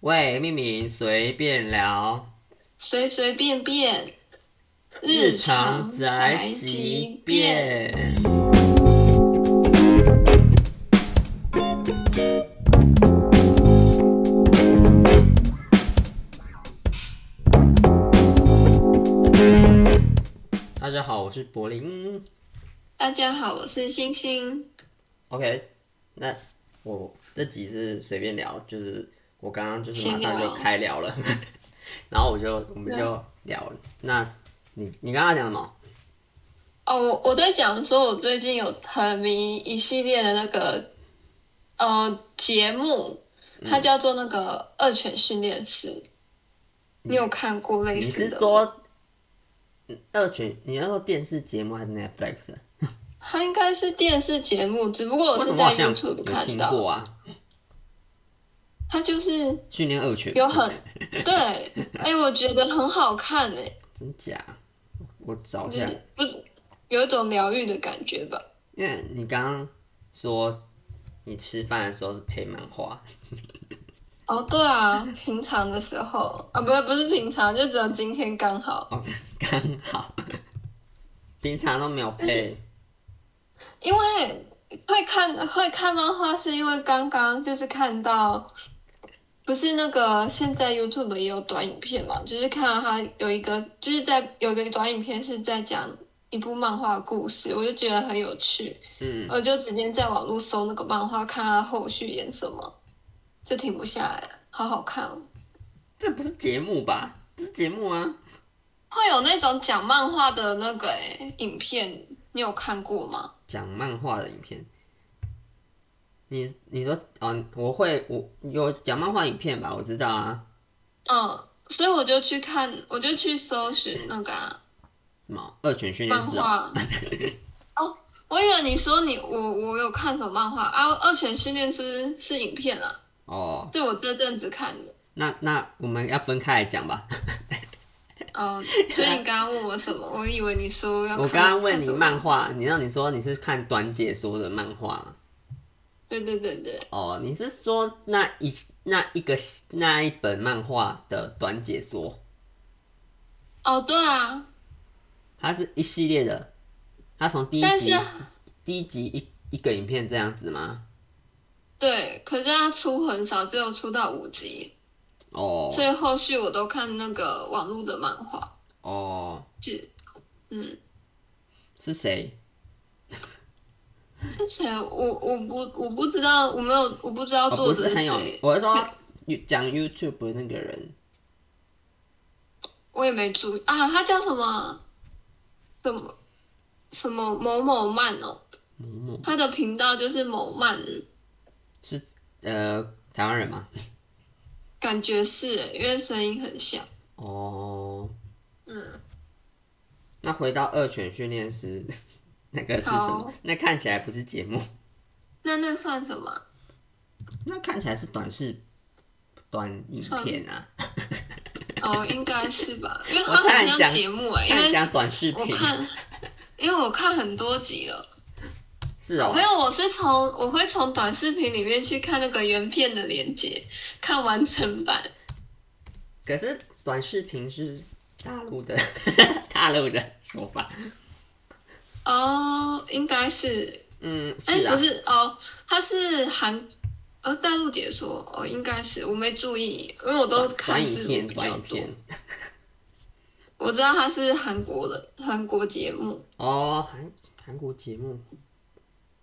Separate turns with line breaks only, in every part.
喂，命名随便聊，
随随便便，
日常宅急便。大家好，我是柏林。
大家好，我是星星。
OK，那我这集是随便聊，就是我刚刚就是
闲
马上就
聊
开聊了， 然后我就我们就聊了。那你你刚刚讲什么？
哦，我我在讲说，我最近有很迷一系列的那个呃节目，
嗯
它叫做那个《二犬训练师》，你有看过类
嗯你
似
是
的？
说嗯二群？你要说电视节目还是 Netflix？
它应该是电视节目，只不过我
为什
是
么我好
在
像
YouTube
有
看
听
到。
过啊？
它就是
训练二群
有很 对，哎、我觉得很好看哎、
真假？我找一
就
下，
是不有一种疗愈的感觉吧。
因为你刚刚说你吃饭的时候是配漫画，
哦，对啊，平常的时候啊，不是不是平常，就只有今天刚好，
哦，刚好，平常都没有配。
因为会看会看漫画，是因为刚刚就是看到，不是那个现在 YouTube 也有短影片嘛，就是看到它有一个就是在有一个短影片是在讲一部漫画故事，我就觉得很有趣，
嗯，
我就直接在网络搜那个漫画，看它后续演什么，就停不下来了，好好看哦。
这不是节目吧？这是节目啊！
会有那种讲漫画的那个、欸、影片，你有看过吗？
讲漫画的影片。你你说哦，我会我有讲漫画影片吧？我知道啊，
嗯，所以我就去看，我就去搜寻那个、啊、
什么二犬训练
漫
师哦，
画。 哦，我以为你说你我我有看什么漫画啊？《二犬训练师》是影片啊，
哦，
是我这阵子看的。
那那我们要分开来讲吧。
哦，所以你刚刚问我什么？我以为你说要看。
我刚刚问
看
你
什么
漫。画，你让你说你是看短解说的漫画
对对对对，
哦，你是说那一那一个那一本漫画的短解说，
哦对啊，
它是一系列的，它从第一
但是
集第一集一一个影片这样子吗？
对，可是它出很少，只有出到五集，
哦
所以后续我都看那个网络的漫画。
哦，
是，嗯，
是谁？
之前我我不我不知道，我没有我不知道
哦，
作
不
者
是很有名
谁，，
我是说讲 YouTube 的那个人，
我也没注意啊，他叫什么？什么什么某某漫哦，
某某
他的频道就是某漫，
是呃台湾人吗？
感觉是欸因为声音很像，
哦，
嗯，
那回到二犬训练师， 那个是什么
好？
那看起来不是节目，
那那算什么？
那看起来是短视短影片啊。
哦，应该是吧，因为
我
他
差
很
点
像
讲
节目哎、
看你
因为
讲短视
我
频，
看，因为我看很多集了。
是哦
没，有，我是从我会从短视频里面去看那个原片的连接，看完整版。
可是短视频是大陆的 大陆的说法，
哦，应该是，
嗯，
哎、
是啊
不，是哦，它是韩，呃，大陆解说，哦，应该是，我没注意，因为我都看
短影
字幕
片
比
短
较
影
多。
片
我知道它是韩国的韩国节目，
哦，韩韩国节目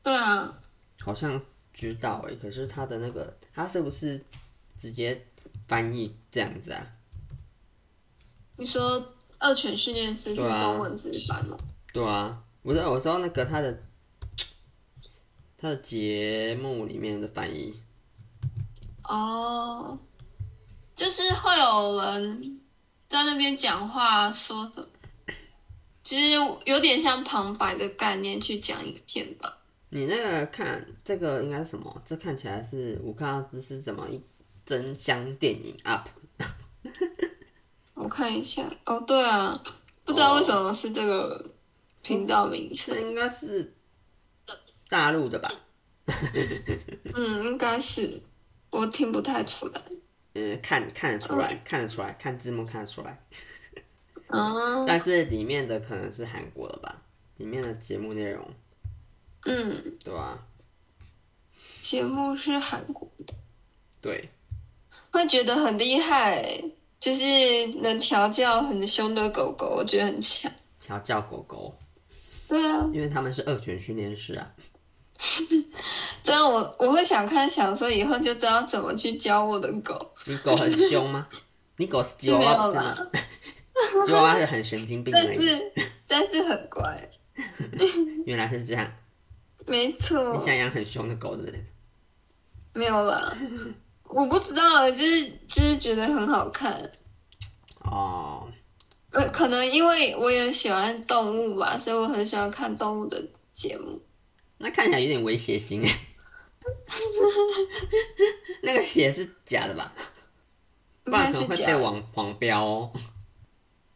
对啊，
好像知道哎，可是他的那个他是不是直接翻译这样子啊？
你说《二犬训练师》是
对啊
中文字版吗？
对啊，不是我说那个他的他的节目里面的翻译，
哦，就是会有人在那边讲话说的，其实有点像旁白的概念去讲影片吧。
你那个看这个应该是什么？这看起来是我看到这是怎么一真香电影 UP
我看一下，哦，对啊，不知道为什么是这个频道名
这
称，
应该是大陆的吧？
嗯，应该是我听不太出来。
呃，看看得出来，看得出来，看字幕看得出来，
嗯
但是里面的可能是韩国的吧，里面的节目内容，
嗯，
对吧、啊？
节目是韩国的，
对，
会觉得很厉害，就是能调教很凶的狗狗，我觉得很强。
调教狗狗，
对啊，
因为他们是二犬训练师啊，
这样我我会想看，想说以后就知道怎么去教我的狗。
你狗很凶 吗？你狗是吉娃娃不是吗？ 吉娃娃是很神经病
但
而已，
是但是很乖，
原来是这样，
没错。
你想养很凶的狗对不对？
没 有啦，我不知道，就是就是觉得很好看。
哦，
呃，可能因为我也喜欢动物吧，所以我很喜欢看动物的节目。
那看起来有点威胁性 哎，那个血是假的吧？不
应
然
该
可
是
能会
假
被
的
网黄标哦。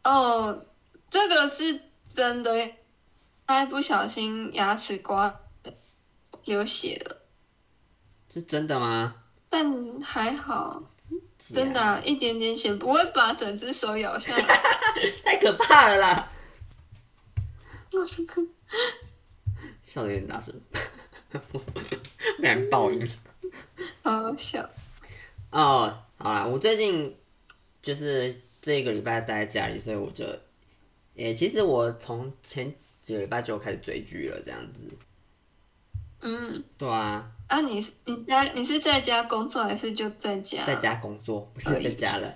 哦，这个是真的耶，他不小心牙齿刮流血了，
是真的吗？
但还好，
假
真的、啊、一点点血不会把整只手咬下来。
太可怕了啦！笑的有点大声， 不然爆音。
好好笑，
哦，好啦，我最近就是这个礼拜待在家里，所以我就，也其实我从前几个礼拜就开始追剧了，这样子。
嗯，
对啊，
啊你，是你在你是在家工作还是就在家？
在家工作，不是
可以
在家了，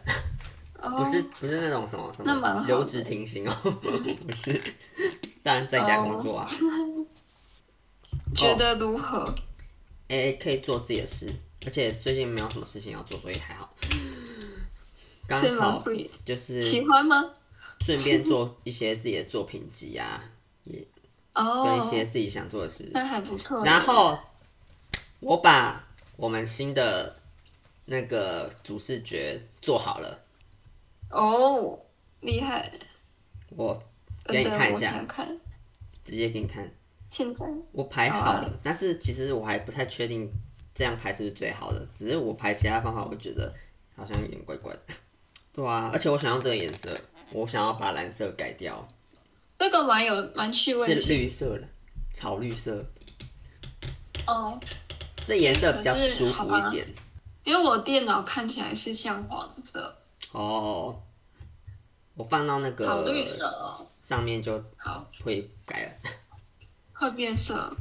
哦，
不是不是那种什么什
那蛮好
么
的
留职停薪哦， 不是，当然在家工作啊，
哦
哦
觉得如何？
诶、可以做自己的事，而且最近没有什么事情要做，所以还好。刚
是蛮
好
free，
就是
喜欢吗？
顺便做一些自己的作品集啊，跟
哦
一，些自己想做的事。
那还不错。
然后我把我们新的那个主视觉做好了，
哦，厉害！
我给
等
你
等，
看一
我
下
想看。
直接给你看，
现在
我排好
好
了，但是其实我还不太确定这样排是不是最好的，只是我排其他方法，我觉得好像有点怪怪的。对啊，而且我想要这个颜色，我想要把蓝色改掉，
这个蛮有蛮趣味
是
性
绿色了，草绿色，
哦，
这颜色比较
可是
舒
好
服
吧
一点。
因为我电脑看起来是像黄色，
哦，我放到那
好绿
个
色哦，
上面就
好
会改了，
会变色。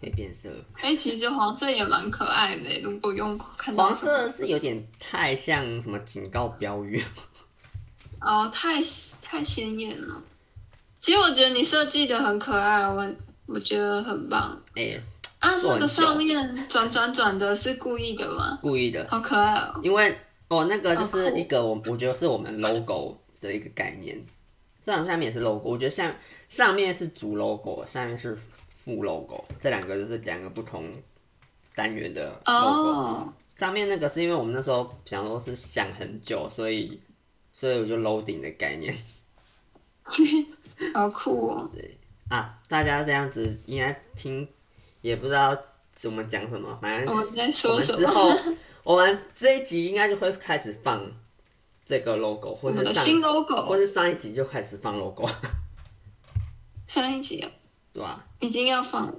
会变色。
哎、其实黄色也蛮可爱的，如果用看到
黄色是有点太像什么警告标语，
哦，太太鲜艳了。其实我觉得你设计的很可爱，我我觉得很棒
哎、
啊。
做
那
很
个
久
上面转转转的是故意的吗？
故意的，
好可爱哦。
因为哦，那个就
好
是
酷
一个我我觉得是我们 logo 的一个概念，虽然下面也是 logo，我觉得像上面是主 logo，下面是副 logo，这两个就是两个不同单元的 logo。
哦，
上面那个是因为我们那时候想说是想很久，所以所以我就 loading 的概念
好酷哦！
啊，大家这样子应该听也不知道怎么讲什么，反正
我们在
我
说
们
什
之
么？
后，我们这一集应该就会开始放这个 logo，
我
或
们
者
的
上
新 logo
或者上一集就开始放 logo，
上一集
对吧、
已经要放了，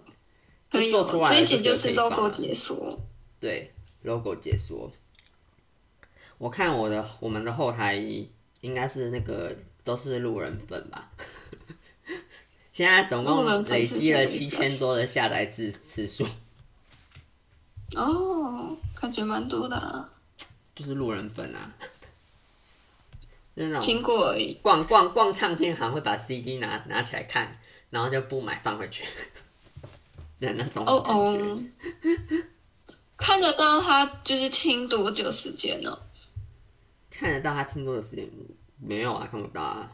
可以
就
哦
做出来了
这一集
就觉得
是
可以放
logo
了
解说。
对，logo 解说。我看我的我们的后台应该是那个都是路人粉吧。 现在总
路人
共
粉
累
是
积
什么
了
意思
七千多的下载次次数，
哦，感觉蛮多的、啊，
就是路人粉啊，就是那种
经过而已。
逛逛逛唱片行会把 CD 拿拿起来看，然后就不买放回去的那种
哦
感觉。
哦，看得到他就是听多久时间呢、
看得到他听多的时间没有啊？看不到啊，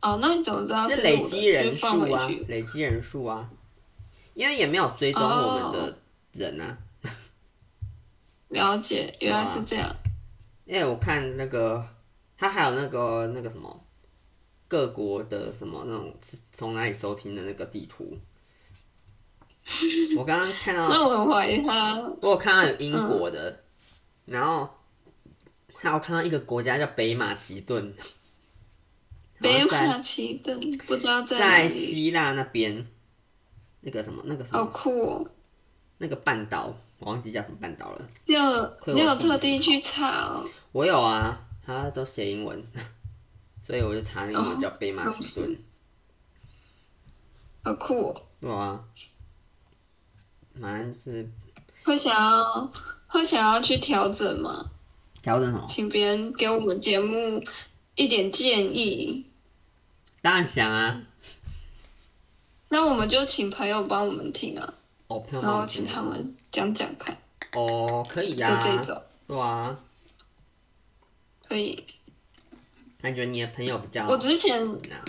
哦，那你怎么知道
这
是
累
录的
积人
就放
数啊
回去，
累积人数啊，因为也没有追踪我们
哦
的人啊。
了解，原来是这样。
因为我看那个他还有那个那个什么各国的什么那种是从哪里收听的那个地 图，我刚刚看到嗯
那我很怀疑他
我有看到有英国的，
嗯
然后还有看到一个国家叫北马其 顿，然
北
后在
马其顿不知道在哪
在
里，
希腊那边，那个什么那个什么、
好酷哦！
那个半岛，我忘记叫什么半岛了。
你有
亏我
你有
地理
特地去查哦，
我有啊，它都写英文， 所以我就查那个英文叫
哦
北马其顿，
好酷哦！
对啊，反正就是
会想要会想要去调整吗？
调整什么？
请别人给我们节目一点建议，
当然想啊，
那我们就请朋友帮我们听啊，
哦，朋友
然
帮
后
我
请
听
他们讲讲看，
哦，可以
就
呀、
这种
对啊，
可以。
那你觉得你的朋友比较
我之前
啊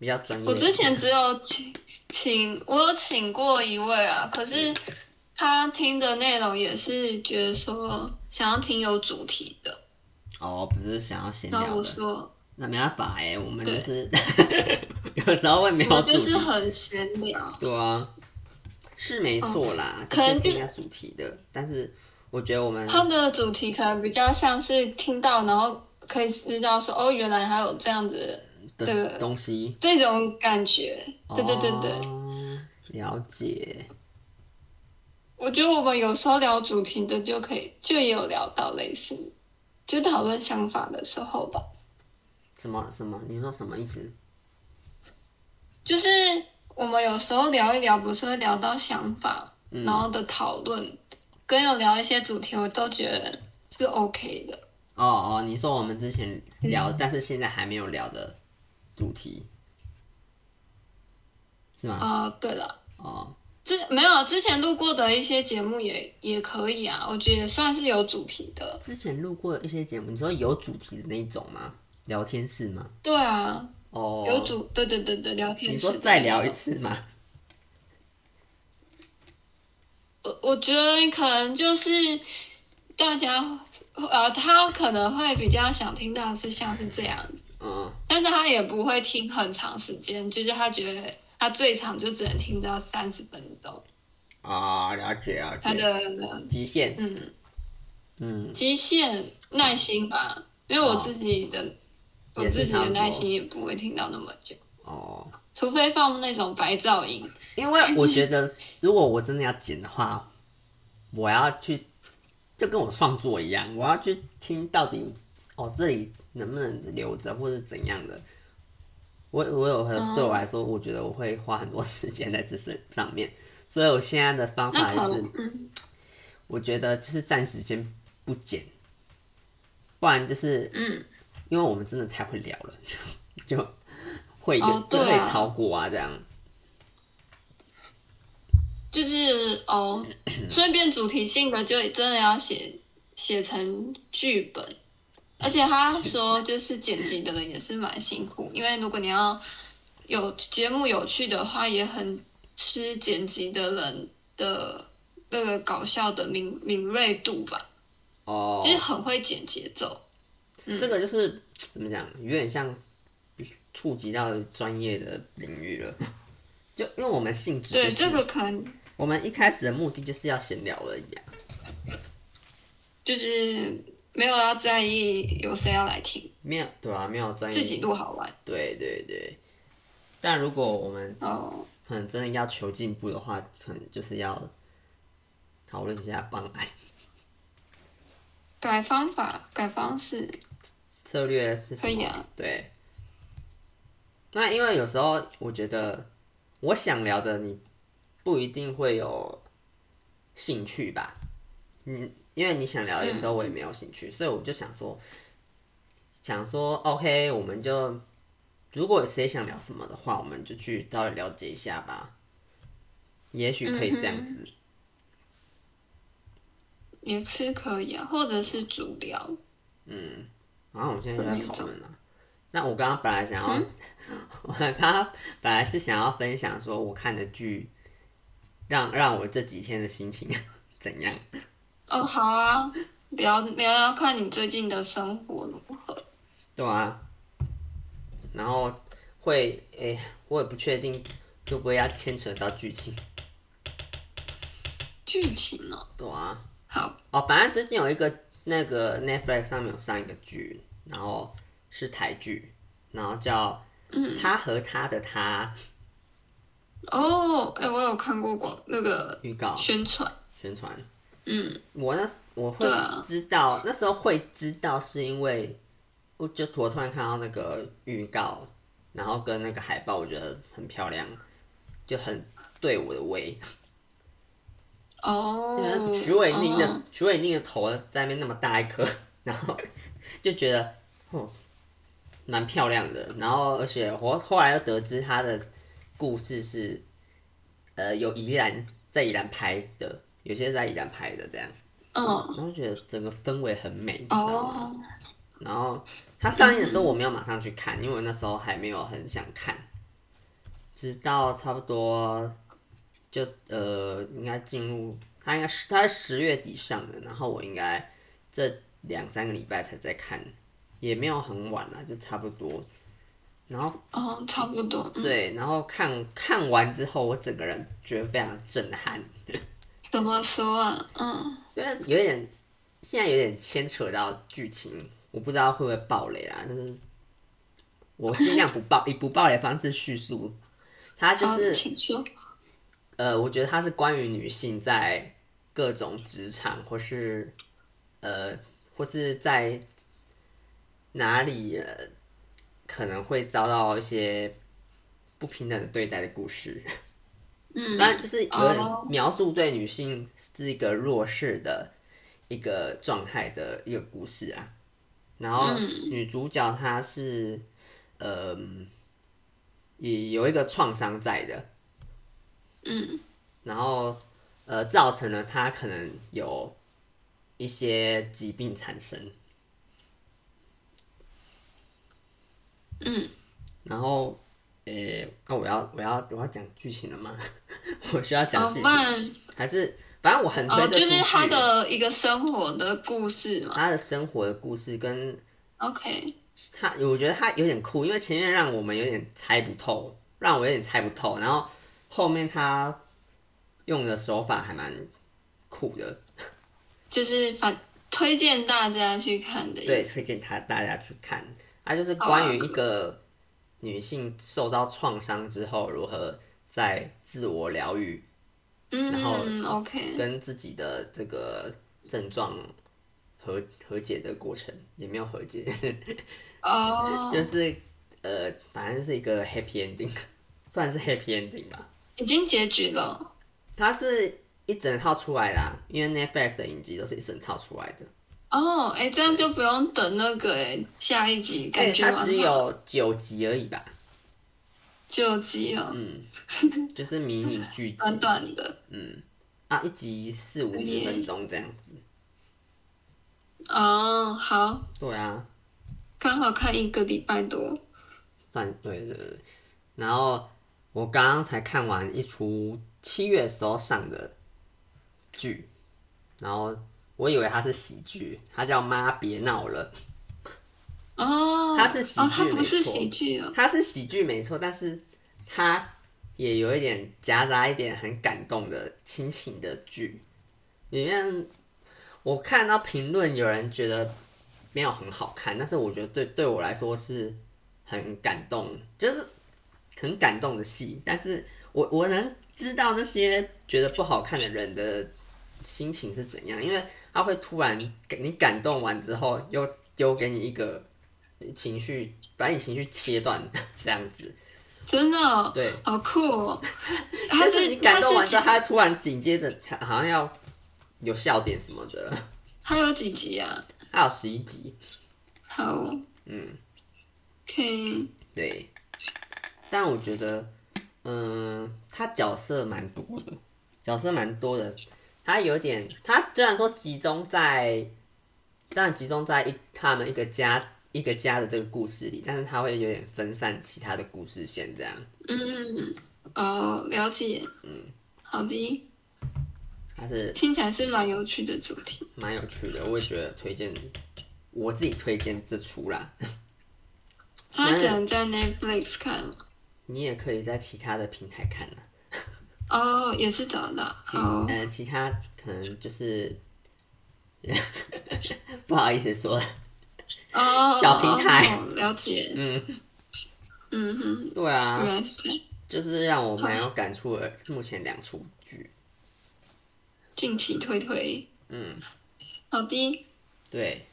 比较专业？
我之前只有请请我有请过一位啊，可是他听的内容也是觉得说想要听有主题的，
哦，不是想要闲
然后
聊
我
的，
说
那没办法哎、我们就
对
是 有时候会没
我
有主
就
题
是，很闲聊，
对啊，是没错啦，
可能
这就是
就
应该主题的，但是我觉得我们
他的主题可能比较像是听到然后可以知道说哦，原来还有这样子
的
对
东西
这种感觉，对对对对。
哦了解。
我觉得我们有时候聊主题的就可以，就也有聊到类似，就讨论想法的时候吧。
什么什么？你说什么意思？
就是我们有时候聊一聊，不是会聊到想法，然后的讨论，跟有聊一些主题，我都觉得是 OK 的。
哦哦，你说我们之前聊，
嗯
但是现在还没有聊的主题，是吗？
啊、对了，
哦
之没有啊之前录过的一些节目也也可以啊，我觉得也算是有主题的。
之前录过一些节目，你说有主题的那一种吗？聊天室吗？
对啊，
哦，
有主，对对对对，聊天室。
你说再聊一次吗？
我我觉得可能就是大家，呃，他可能会比较想听到是像是这样，
嗯，
但是他也不会听很长时间，就是他觉得他最长就只能听到三十分钟，
啊、了解了
他
解，
的
极限，
嗯
嗯，
极限耐心吧，因为我自己的、我
哦也是
自己
差
的
不多
耐心也不会听到那么久，
哦，
除非放那种白噪音，
因为我觉 得，如果我真的要剪的话，我要去，就跟我创作一样，我要去听到底哦这里能不能留着，或是怎样的。我我有很
哦
对我来说，我觉得我会花很多时间在这身上面，所以我现在的方
那
法
可
就是
能，嗯，
我觉得就是暂时先不剪，不然就是
嗯，
因为我们真的太会聊了， 就就会有、
哦
就
对啊
会超过啊这样。
就是哦， 所以变主题性的就真的要写写成剧本，而且他说就是剪辑的人也是蛮辛苦，因为如果你要有节目有趣的话，也很吃剪辑的人的那个搞笑的敏敏锐度吧，
哦，
就是很会剪节奏。
这个就是怎么讲，有点像触及到专业的领域了。就因为我们性质、就是，
对，这个可能
我们一开始的目的就是要闲聊而已啊。
就是没有要在意有谁要来听，
没有对啊，没有专业
自己录好玩
对对对。但如果我们
哦。
可能真的要求进步的话，可能就是要讨论一下方案、
改方法，改方式，
策略这什
可以
么。
啊
对。那因为有时候我觉得我想聊的你不一定会有兴趣吧，你因为你想聊，有时候
嗯
我也没有兴趣，所以我就想说，想说 OK，我们就如果谁想聊什么的话，我们就去稍微了解一下吧，也许可以这
嗯
样子。
也是可以啊，或者是主聊，
然后我们现在就在讨论了。那我刚刚本来想要， 我刚刚本来是想要分享说我看的剧，让让我这几天的心情 怎样？
哦，好啊，聊聊聊看你最近的生活如何。
对啊，然后会诶、我也不确定会不会要牵扯到剧情。
剧情哦，
对啊，啊哦
好，
哦，反正最近有一个那个 Netflix 上面有上一个剧，然后是台剧，然后叫《他和他的他
哦，哎、我有看过广那个》
预告
宣传，
宣传。
嗯，
我那时我会
对啊
知道、那时候会知道，是因为我就我突然看到那个预告，然后跟那个海报，我觉得很漂亮，就很对我的胃。
哦
对啊，，徐伟宁的
哦
徐伟宁的头在那边那么大一颗， 然后就觉得哦，蛮漂亮的。然后而且我后来又得知他的故事是，呃，有宜兰在宜兰拍的，有些是在宜兰拍的这样。
嗯，
然后觉得整个氛围很美，你知道吗？
哦，
然后它上映的时候我没有马上去看，因为我那时候还没有很想看，直到差不多就呃应该进入它应该是它是十月底上的，然后我应该这两三个礼拜才在看，也没有很晚啦，就差不多。然后
哦，差不多，嗯，
对，然后看看完之后，我整个人觉得非常震撼，
怎么说啊？嗯，
因为有点现在有点牵扯到剧情，我不知道会不会爆雷啦，就是我尽量不爆，以不爆雷的方式叙述。它就
好，
是
请说。
呃，我觉得它是关于女性在各种职场或是呃或是在哪里、呃、可能会遭到一些不平等的对待的故事。
嗯，
当然就是有点
哦
描述对女性是一个弱势的一个状态的一个故事啊。然后
嗯
女主角她是，嗯，也有一个创伤在的，
嗯，
然后呃，造成了她可能有一些疾病产生。
嗯，
然后，诶、那、我要我要我要讲剧情了吗？ 我需要讲
哦，
剧
不
情，
然
还是反正我很推
哦，
这
就
出剧、
是他的一个生活的故事嘛。
他的生活的故事跟
OK，
他，我觉得他有点酷，因为前面让我们有点猜不透，让我有点猜不透，然后后面他用的手法还蛮酷的，
就是反推荐大家去看的。
对，，推荐他大家去看。它就是关于一个女性受到创伤之后如何在自我疗愈然后
嗯，OK，
跟自己的这个症状和和解的过程，也没有和解，
哦，
就是呃，反正是一个 happy ending，算是 happy ending 吧。
已经结局了。
它是一整套出来啦，因为 Netflix 的影集都是一整套出来的。
哦，哎，这样就不用等那个哎下一集，感觉
它
蛮好
只有九集而已吧，
九集哦，
嗯， 就是迷你剧集，
短短的。
嗯，啊，一集四五十分钟这样子。
嗯哦，好，
对啊，
刚好看一个礼拜多。
但对对对，然后我刚刚才看完一出七月时候上的剧，然后我以为它是喜剧，它叫《妈别闹了
哦，
它是喜剧
哦，它不
没
是
错
喜剧》，哦。
它是喜剧没错，但是它也有一点夹杂一点很感动的亲情的剧。里面我看到评论有人觉得没有很好看，但是我觉得对对我来说是很感动，就是很感动的戏。但是我我能知道那些觉得不好看的人的心情是怎样，因为他会突然给你感动完之后，又丢给你一个情绪，把你情绪切断 这样子。
真的哦，
对，
好酷 哦。它
但
是
你感动
它
完
是
之后，他突然紧接着好像要有笑点什么的，
它有几集啊？
还有十一集。
好，嗯，OK，嗯
对，但我觉得，嗯、他角色蛮多的，角色蛮多的。他有点，他虽然说集中在，当然集中在一他们一个家一个家的这个故事里，但是他会有点分散其他的故事线这样。
嗯，哦，了解，嗯，好的，
他是
听起来是蛮有趣的主题。
蛮有趣的，我也觉得推荐，我自己推荐这出啦。
它只能在 Netflix 看吗？
你也可以在其他的平台看啦。
哦，也是找到，
其
好，
呃，其他可能就是， 不好意思说了，
哦，
小平台
哦了解，
嗯，
嗯哼，
对啊，
原来是这样。
就是让我蛮有感触的。目前两出剧，
近期推推，
嗯，
好的，
对，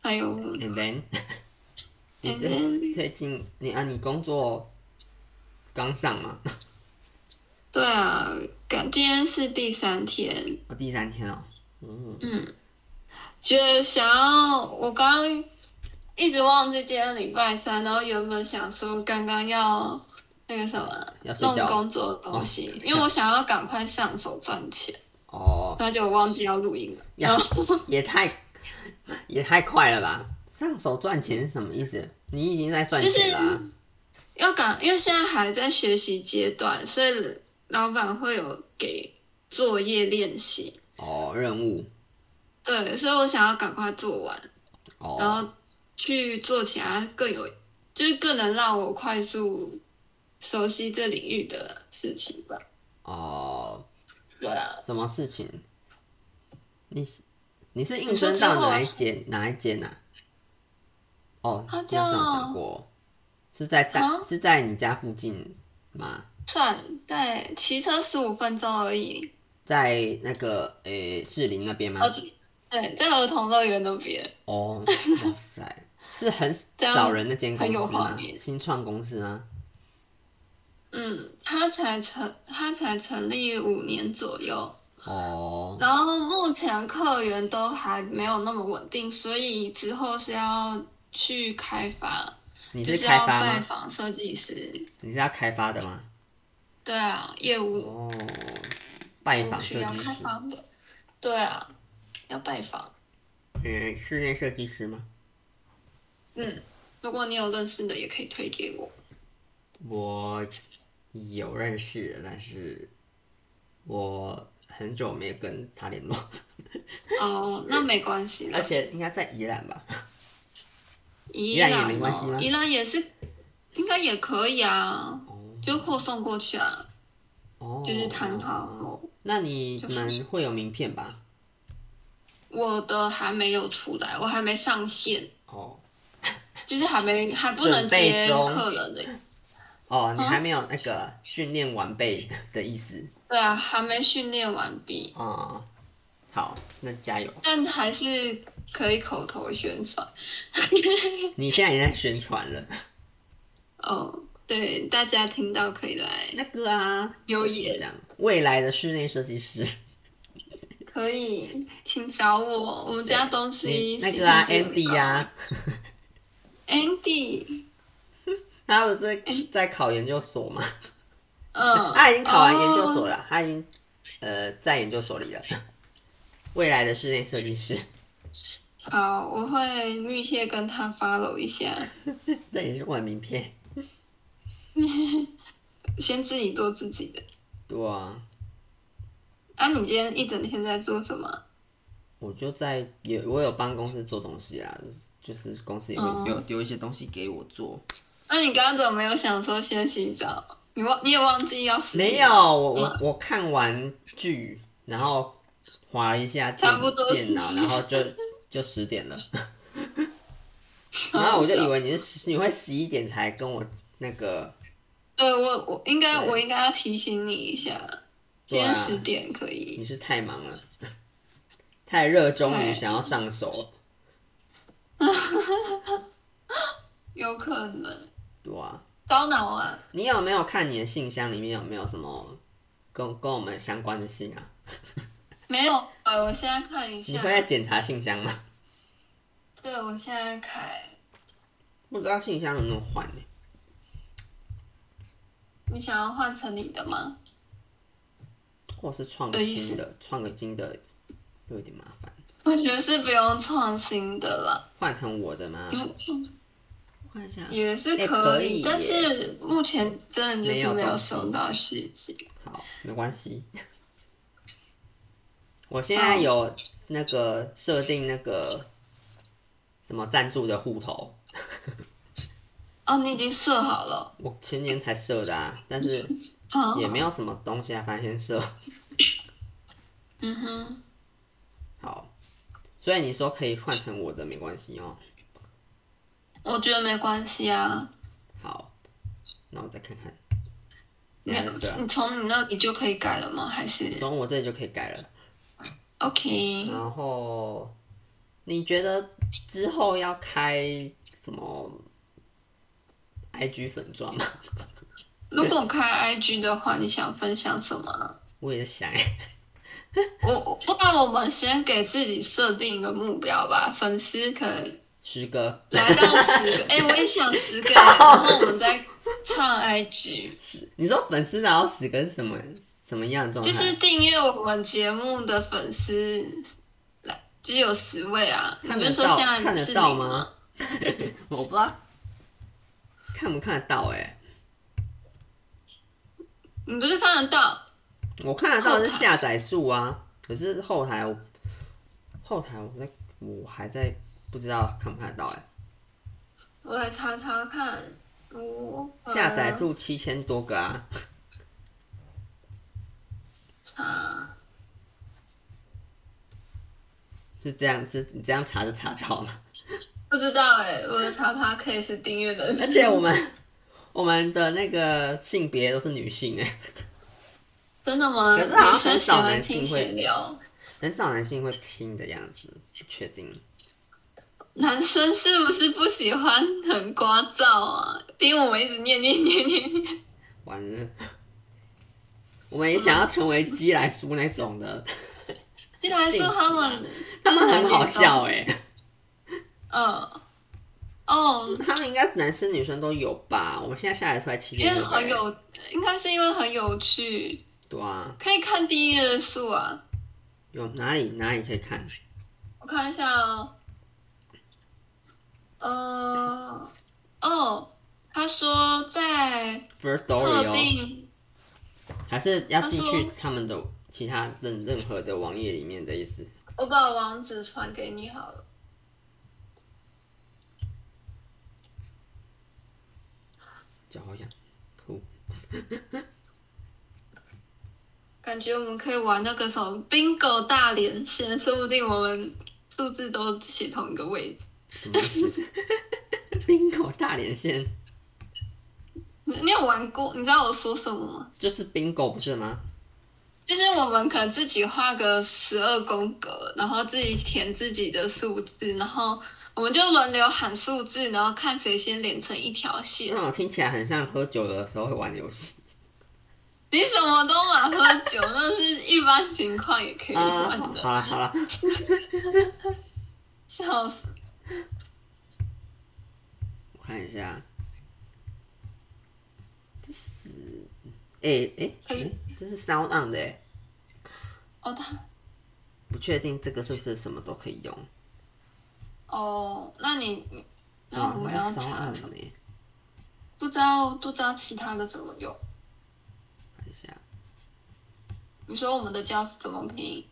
还有
And then，你
And
最
then
最近你啊，你工作刚上嘛？
对啊，感今天是第三天，
哦，第三天哦。嗯，
觉得想要我刚刚一直忘记今天礼拜三，然后原本想说刚刚要那个什么
要睡
弄
觉
工作的东西，因为我想要赶快上手赚钱，
哦，
然后结果忘记要录音了。
要 也太也太快了吧？上手赚钱是什么意思？你已经在赚钱了、啊，
要赶，因为现在还在学习阶段，所以老板会有给作业练习。
哦，任务
对，所以我想要赶快做完，然
哦，
后去做其他更有，就是更能让我快速熟悉这领域的事情吧。
哦，
对啊，
什么事情？你你是应
你说
征
之
到
后
哪
啊
一间哪一间啊？哦，
啊
你
这样
好像有讲
哦
过，是在大
啊
是在你家附近吗？
算在骑车十五分钟而已。
在那个诶、士林那边吗？
哦，对，在儿童乐园那边。
哦，哇塞， 是很
这样
少人那间公
很有
司
画
吗？
面
新创公司吗？
嗯，它才成，它才成立五年左右。
哦，
然后目前客源都还没有那么稳定，所以之后是要去开发，
你
就是是
开
要
发
拜
吗？
访设计师。
你是要开发的吗？
对啊，业务
哦，拜访
需
设
要
计
开
师，
发的。对啊，要拜访。
嗯，室内设计师吗？
嗯，如果你有认识的，也可以推给我。
我有认识的，但是我很久没跟他联络，
哦，那没关系
而
啦。
且应该在宜兰吧？
宜
兰也
兰
没关系
哦
吗
宜兰也是，应该也可以啊，
哦
就扩送过去啊，
哦，
就是谈好后。
那你
就是
们会有名片吧？
我的还没有出来，我还没上线。
哦
就是还没还不能接客人的，啊
哦，你还没有那个训练完备的意思
对啊，还没训练完毕，
啊、哦好，那加油！
但还是可以口头宣传。
你现在也在宣传了，
哦，对，大家听到可以来
那个啊，
留
这
言，
样未来的室内设计师，
可以请找我，我们家东
你
西
那个啊
CP 值很
，Andy 啊，
高，Andy，
他不是
哎
在考研究所吗？
嗯，
啊他已经考完研究所
哦，
了，他已经呃在研究所里了。未来的室内设计师，
好，我会密切跟他 follow 一下，
这也是我的名片。
先自己做自己的。
对啊，
啊，你今天一整天在做什么？
我就在也我有帮公司做东西啊，就是就是公司也会
哦
丢丢一些东西给我做。
那啊你刚刚怎么没有想说先洗澡？你忘你也忘记要洗？
没有，我
嗯
我我看完剧，然后划了一下电
差不多时
电
间
脑，然后就就十点 了。然后我就以为你是十你会十一点才跟我那个，
对我，我应该
对
我应该要提醒你一下，今
对啊
天十点可
你
以。
是太忙了，太热衷于
对
想要上手，
有可能
对啊。
烧脑啊，
你有没有看你的信箱里面有没有什么跟跟我们相关的信啊？
没有，呃，我现在看一
你
下
会，在检查信箱吗？
对我现在开，
不知道信箱能不能换呢、
你想要换成你的吗？
或是创
的意
新的，创个新的有点麻烦，
我觉得是不用创新的啦，
换成我的吗？
因为
换一下，
也是
哎
可
可以耶
但是目前真的就
没
是
有
没有
东西
收到续集。
好，没关系。 我现在有那个设定那个什么赞助的户头，
哦，你已经设好了，
我前年才设的啊，但是
好，
也没有什么东西啊，反正先设
嗯哼，
好。所以你说可以换成我的没关系哦。
我觉得没关系啊。
好，那我再看看。
你
哪个色啊嗯
你从你那里就可以改了吗？还是
从我这里就可以改了。
OK？
然后你觉得之后要开什么 IG 粉妆吗？
如果我开 IG 的话，你想分享什么啊？
我也想欸，
我我不然我们先给自己设定一个目标吧，粉丝可能
诗歌
来到十个， 哎、我也想十个，然后我们再创 IG。
是你说粉丝然后十个是什么什么样的状态？
就是订阅我们节目的粉丝来只有十位啊，你
看
不
得
是说
到
现在
看
是
得到
零？
吗？ 我不知道看不看得到哎、
你不是看得到？
我看得到是
后台
下载数啊，可是后台我后台我在我还在不知道看不看得到哎、
我来查查看。我
下载数七千多个啊，
查，
是这样，这你这样查就查到了。
不知道哎、我的查 p o d c 订阅的，
而且我们我们的那个性别都是女性哎、
真的吗？
可是好像
女生
很
喜
少
欢
男性
听
会
闲聊，
很少男性会听的样子，不确定。
男生是不是不喜欢很聒噪啊？听我们一直念念念念念，
完了，我们也想要成为鸡来叔那种的，
进来说他们，
他们很好笑哎、啊
嗯，哦，
他们应该男生女生都有吧？我们现在下载出来七
因
千
为
多个
很
欸，
有，应该是因为很有趣，
对啊，
可以看订阅的数啊。
有哪里哪里可以看？
我看一下哦，呃，哦，他说在
First
特
Story 哦，
定，
还是要进去
他
他们的其他任任何的网页里面的意思？
我把网址传给你好了。
脚好痒，酷，
感觉我们可以玩那个什么 bingo 大连线，说不定我们数字都写同一个位置。
什么意 思？bingo 大连线
你你有玩过？你知道我说什么吗？
就是 bingo 不是吗？
就是我们可能自己画个十二宫格，然后自己填自己的数字，然后我们就轮流喊数字，然后看谁先连成一条线。
那种听起来很像喝酒的时候会玩的游戏
你什么都嘛喝酒，那是一般情况也可以
啊。
玩
好
的，
好了好了，
笑死！
我看一下，这是，哎哎
可是
哎，这是 Sound On 的哎、
哦，他
不确定这个是不是什么都可以用。
哦，那你你那嗯我们要
要
查什么？
呢？
不知道不知道其他的怎么用？
看一下，
你说我们的教室怎么拼？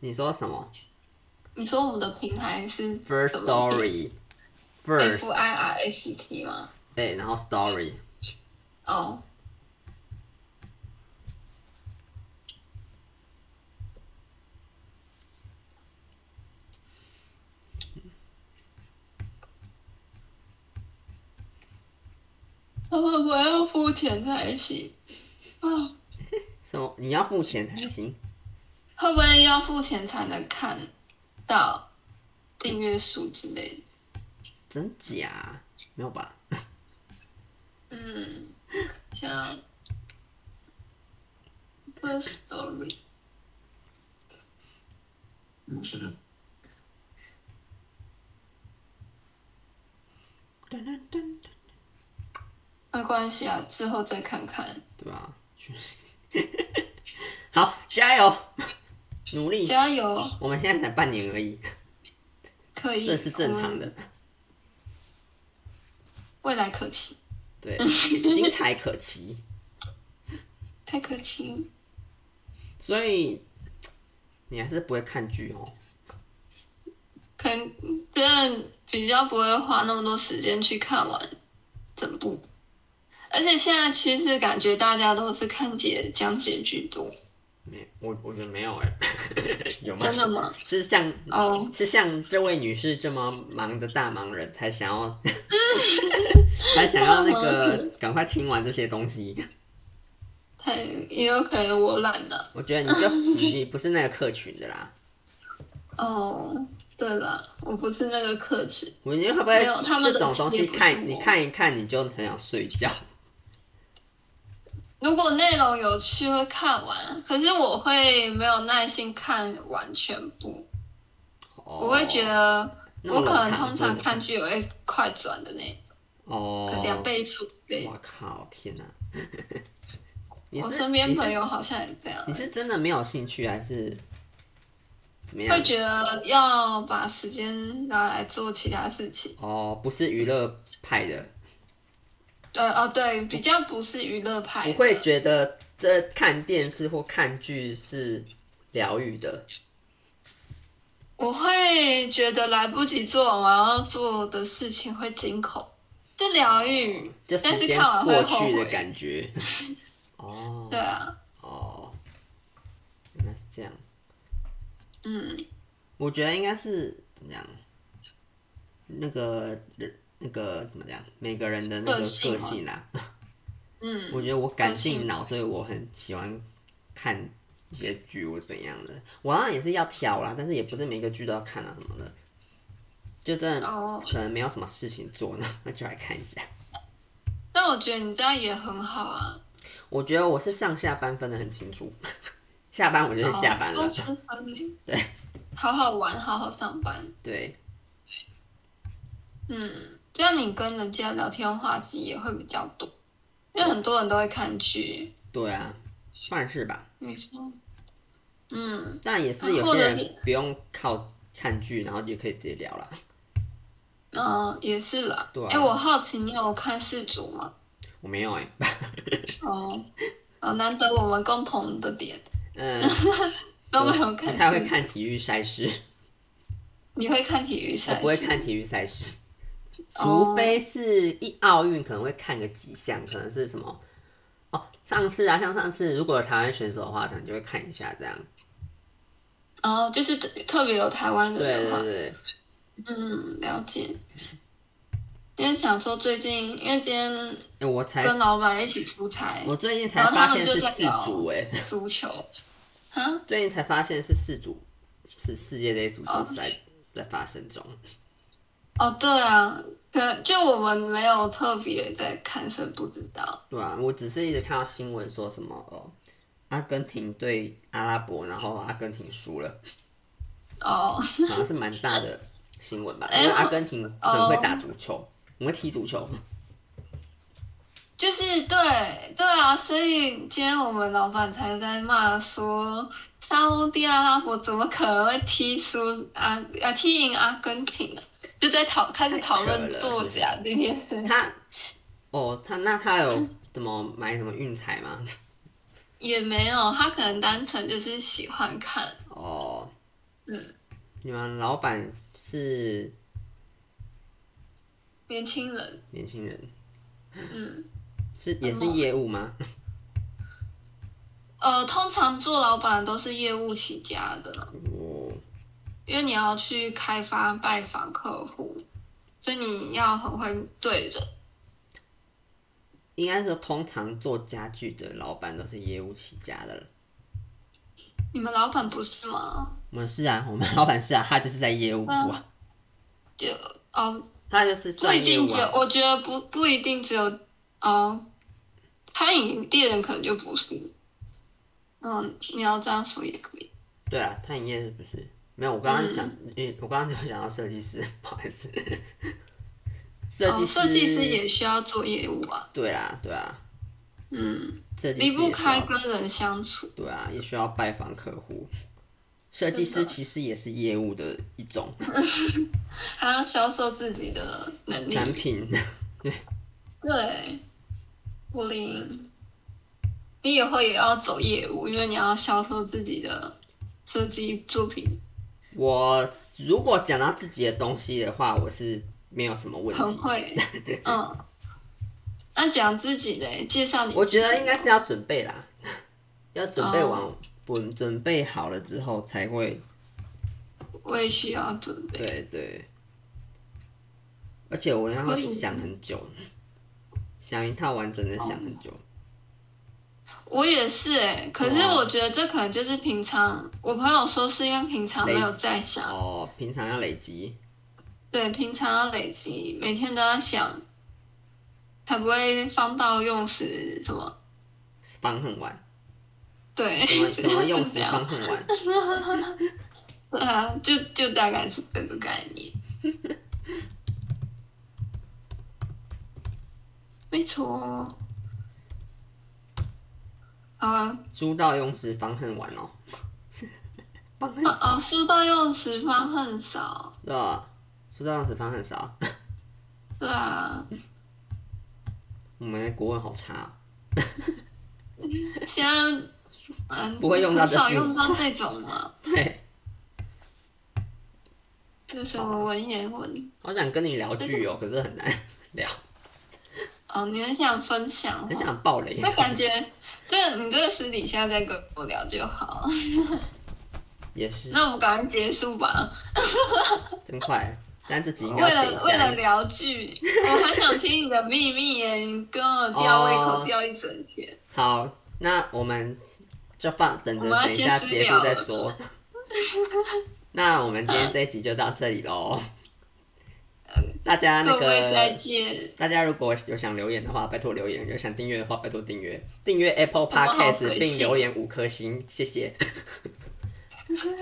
你说什么
你说我们的平台是
？First
怎么拼
Story，First，
F I R S T 吗？
对，然后 Story，
哦，他们不要付钱才行啊？
什么？你要付钱
嗯
才行。
会不会要付钱才能看到订阅数之类的？
真假？没有吧？
嗯，像 First Story。
噔噔噔
没关系啊，之后再看看，
对吧？ 确实好，加油，努力。
加油，
我们现在才半年而已，
可以，
这是正常的
我们，未来可期，
对， 精彩可期。
太可期了。
所以你还是不会看剧哦。
可能真的比较不会花那么多时间去看完整部，而且现在趋势感觉大家都是看解讲解居多，
没，我我觉得没有哎、 有吗？
真的吗？
是像
哦，
是像这位女士这么忙的大忙人才想 要，才想要那个赶快听完这些东西。
太也有可能我懒了。
我觉得你就你你不是那个客群的啦。
哦，对了，我不是那个客群，
我觉得会不
没有他
会
们
这种东
也
西
不是我
看你看一看你就很想睡觉？
如果内容有趣会看完，可是我会没有耐心看完全部， 我
我
会觉得
哦那
我
么
可
冗
能
长
通常看剧我会快转的那种，可能两
哦，
倍速之类的。
我靠，天哪！ 你
我
是
身边
你是
朋友好像也这样，
你是真的没有兴趣还是怎么样
会？觉得要把时间拿来做其他事情。
哦，不是娱乐派的，
对哦，对，比较不是娱乐
我
派的。
会觉得这看电视或看剧是疗愈的。
我会觉得来不及做我要做的事情会惊恐，这疗愈。
就时
但是
间
看完会
过
后
去的
悔
感觉。 哦
对啊，
哦，原来是这样。
嗯，
我觉得应该是怎么样？那个那个怎么讲？每个人的那个
个性
个
吗
性啦、
嗯，
我觉得我感性
性
脑，所以我很喜欢看一些剧或怎样的。我当然也是要挑啦，但是也不是每个剧都要看啊什么的。就真的
哦，
可能没有什么事情做呢， 那就来看一下。
但我觉得你这样也很好啊。
我觉得我是上下班分得很清楚， 下班我就是下班了。
公私分明。
对，
好好玩，好好上班。
对，
嗯，这样你跟人家聊天话题也会比较多，因为很多人都会看剧。
对啊，算是吧。
没错。嗯，
但也是有
或
些
者
人
是
不用靠看剧，然后就可以直接聊了。
哦，也是啦。
对啊
哎，我好奇你有看世足吗？
我没有哎、
哦，哦，难得我们共同的点
嗯，
都没有
我
看。
不太会。看体育赛事，
你会看体育赛
我
事？
不会看体育赛事，
哦
除非是一奥运可能会看个几项，可能是什么哦，上次啊，像上次如果有台湾选手的话，可能就会看一下这样。
哦，就是特特别有台湾人
对
的
对
话，
对，
嗯，了解。因为想说最近，因为今天
哎我才
跟老板一起出差，
我最近才
然后他
发
们
现是
就在
四
聊
组哎、
足球，啊，
最近才发现是四组，是世界杯足球赛在发生中。
哦，对啊，可能就我们没有特别在看，所以不知道。
对啊，我只是一直看到新闻说什么哦，阿根廷对阿拉伯，然后阿根廷输了，
哦，，
好像是蛮大的新闻吧因为
哎
阿根廷很会打足球，很会踢足球。
就是对对啊，所以今天我们老板才在骂说，沙烏地阿拉伯怎么可能会踢输阿呃踢赢阿根廷呢、就在讨开始讨论
太扯了
作假这件事，
他哦，他那他有怎么买什么运彩吗？
也没有，他可能单纯就是喜欢看，
哦，
嗯，
你们老板是
年轻人，
年轻人，
嗯，
是也是
很猛
业务吗？
呃，通常做老板都是业务起家的，
哦，
因为你要去开发拜访客户，所以你要很会对人。
应该说通常做家具的老板都是业务起家的了。
你们老板不是吗？
我们是啊，我们老板是啊，他就是在业务部啊。
就哦，
他就是
不一
算业
定
务
只有，
啊，
我觉得不不一定只有哦，餐饮店人可能就不是。嗯，你要这样说也可以。
对啊，餐饮业是不是？没有，我刚刚想，
嗯
因为我刚刚就想到设计师， 不好意思，设计师，
哦，设计师也需要做业务啊，
对啦，对啊，
嗯，
设计师
离不
也需要
开跟人相处。
对啊，也需要拜访客户。设计师
真的
其实也是业务的一种，
还要销售自己的能
产
力。
品
对，柏林，你以后也要走业务，因为你要销售自己的设计作品，
我如果讲到自己的东西的话，我是没有什么问
很
题。
会。嗯，那讲自己的介绍你，
我觉得应该是要准备啦，要准备完，
哦
准、准备好了之后才会，
我也需要准备。
对对。而且我让他
可以
想很久，想一套完整的想很久。
我也是哎、可是
哇
我觉得这可能就是平常我朋友说是因为平常没有在想，
哦，平常要累积，
对，平常要累积，每天都要想，才不会放到用时什么。
方恨晚，
对，
什么什么用
是这
时
样
方恨晚。
对 啊，就就大概是这个概念。 没错。啊
书到用时方恨晚哦，方恨
哦
少，
哦，说到用词方很少，
对吧？书到用时方恨少，
对啊，
我们的国文好差、哦，
现在嗯
不会用到
很
这
少
字
用到这种了，
对，
就什么文言文
好想跟你聊剧哦，可是很难聊，
哦，你很想分享吗，
很想爆雷。
那感觉这你这个私底下再跟我聊就好。
也是
那我们赶快结束吧。
真快，但这集应该
为
要剪
了为
下
了
来。
聊剧，我还想听你的秘密耶！你跟我吊胃口
哦
吊一整天。
好，那我们就放等着
我们要
等一下
先私
结束
聊
再
了
说。 那我们今天这一集就到这里 喽，大家那
各位再
个。
见，
大家如果有想留言的话，拜托留言；有想订阅的话，拜托订阅。订阅 Apple
们好
Podcast
随
并
性
留言五颗星，谢 谢。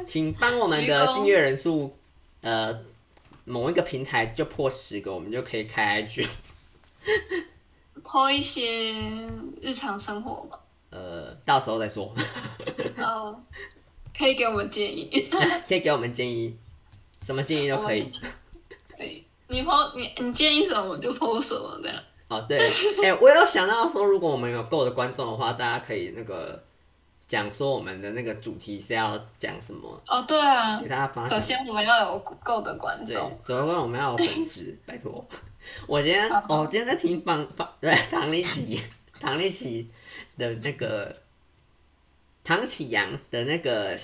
请帮我们
鞠
的
躬
订阅人数，呃，某一个平台就破十个，我们就可以开 IG。
抛一些日常生活嘛，
呃，到时候再说。
然后可以给我们建议。
可以给我们建议，什么建议都可以。
对你抛你你建议什么我就抛什么这样。
哦，对， 哎、我有想到说，如果我们有够的观众的话，大家可以那个讲说我们的那个主题是要讲什么，
哦，对啊
给，大家发
首
想。
先我们要有够的观
对
众。，
总要我们要有粉丝，拜托。 我今天
好
哦，今天在听房房对唐立奇，唐立奇的那个唐启阳的那个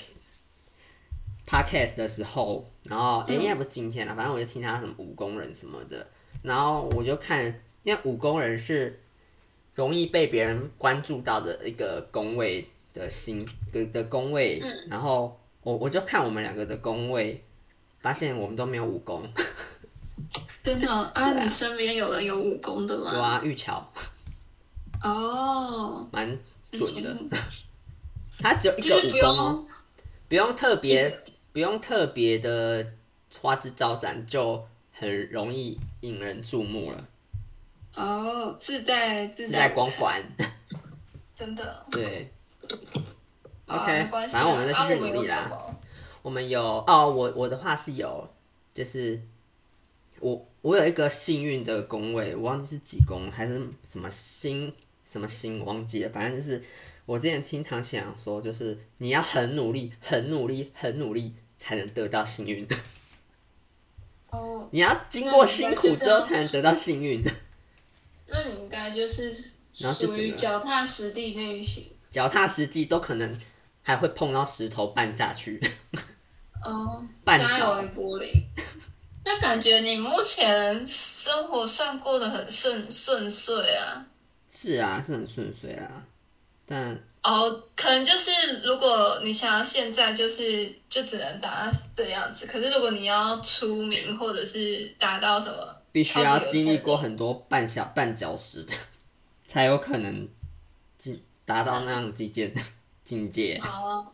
podcast 的时候，然后哎、
嗯
应该不是今天了，反正我就听他什么武功人什么的，然后我就看，因为武功人是容易被别人关注到的一个工位的新的的工位，然后我我就看我们两个的工位，发现我们都没有武功，
真的哦啊，你身边有人有武功的
有
吗？
啊，玉桥
哦，
蛮准的，
就
他只有一个
嗯是
武
不
功哦，
用
不用特
一
别不用特别的花枝招展，就很容易引人注目了，
哦，自带自
自带
带
光，环，
真的。
对。
啊
OK，
没关系啊，
反正我们再继续
啊我
努力啦
有什么
我们有哦，我我的话是有，就是我我有一个幸运的宫位，我忘记是几宫还是什么星什么星，我忘记了。反正就是我之前听唐启阳说，就是你要很努力、很努力、很努力才能得到幸运，
哦，
你要经过辛苦之后才能得到幸运，
那你应该就是
然后就
属
整
于
个
脚踏实地那一型。
脚踏实地都可能还会碰到石头绊下去。
哦，
绊
加
倒
油，柏林。 那感觉你目前生活算过得很顺顺遂啊。
是啊，是很顺遂啊，但
哦，可能就是如果你想要现在就是就只能达到这样子，可是如果你要出名或者是达到什么，
必须
超
要
级有
经
钱
历
的
过很多绊脚绊脚石的，才有可能进达到那样境界境界。
哦，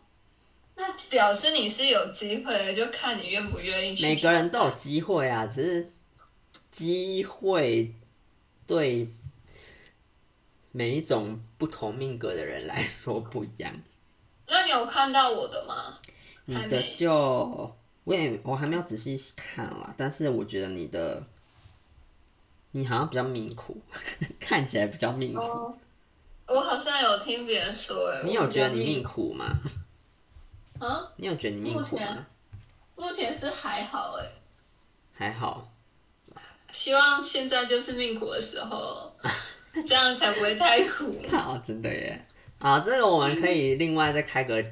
那表示你是有机会的，就看你愿不愿意去。
每个人都有机会啊，只是机会对每一种不同命格的人来说不一样。
那你有看到我的吗？
你
还
的
没
就我也我还没有仔细看啦，但是我觉得你的你好像比较命苦， 看起来比较命苦。
哦，我好像有听别人说、欸，
你
我
有
比
觉
较
得你
命
命苦吗？
啊？
你有觉得你命
目
苦
前
吗？
目前是还好哎、
还好，
希望现在就是命苦的时候。这样才不会太苦。
好，真的耶。啊，这个我们可以另外再开个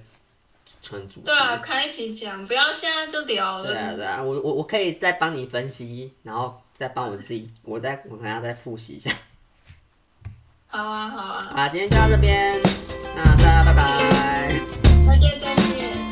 纯主题。
对啊，开一集讲，不要现在就聊
对啊，
了。
对啊，我我我可以再帮你分析，然后再帮我自己，我再我可能要再复习一下。
好啊，好啊，
啊，今天就到这边，那大家拜拜。
那就再见。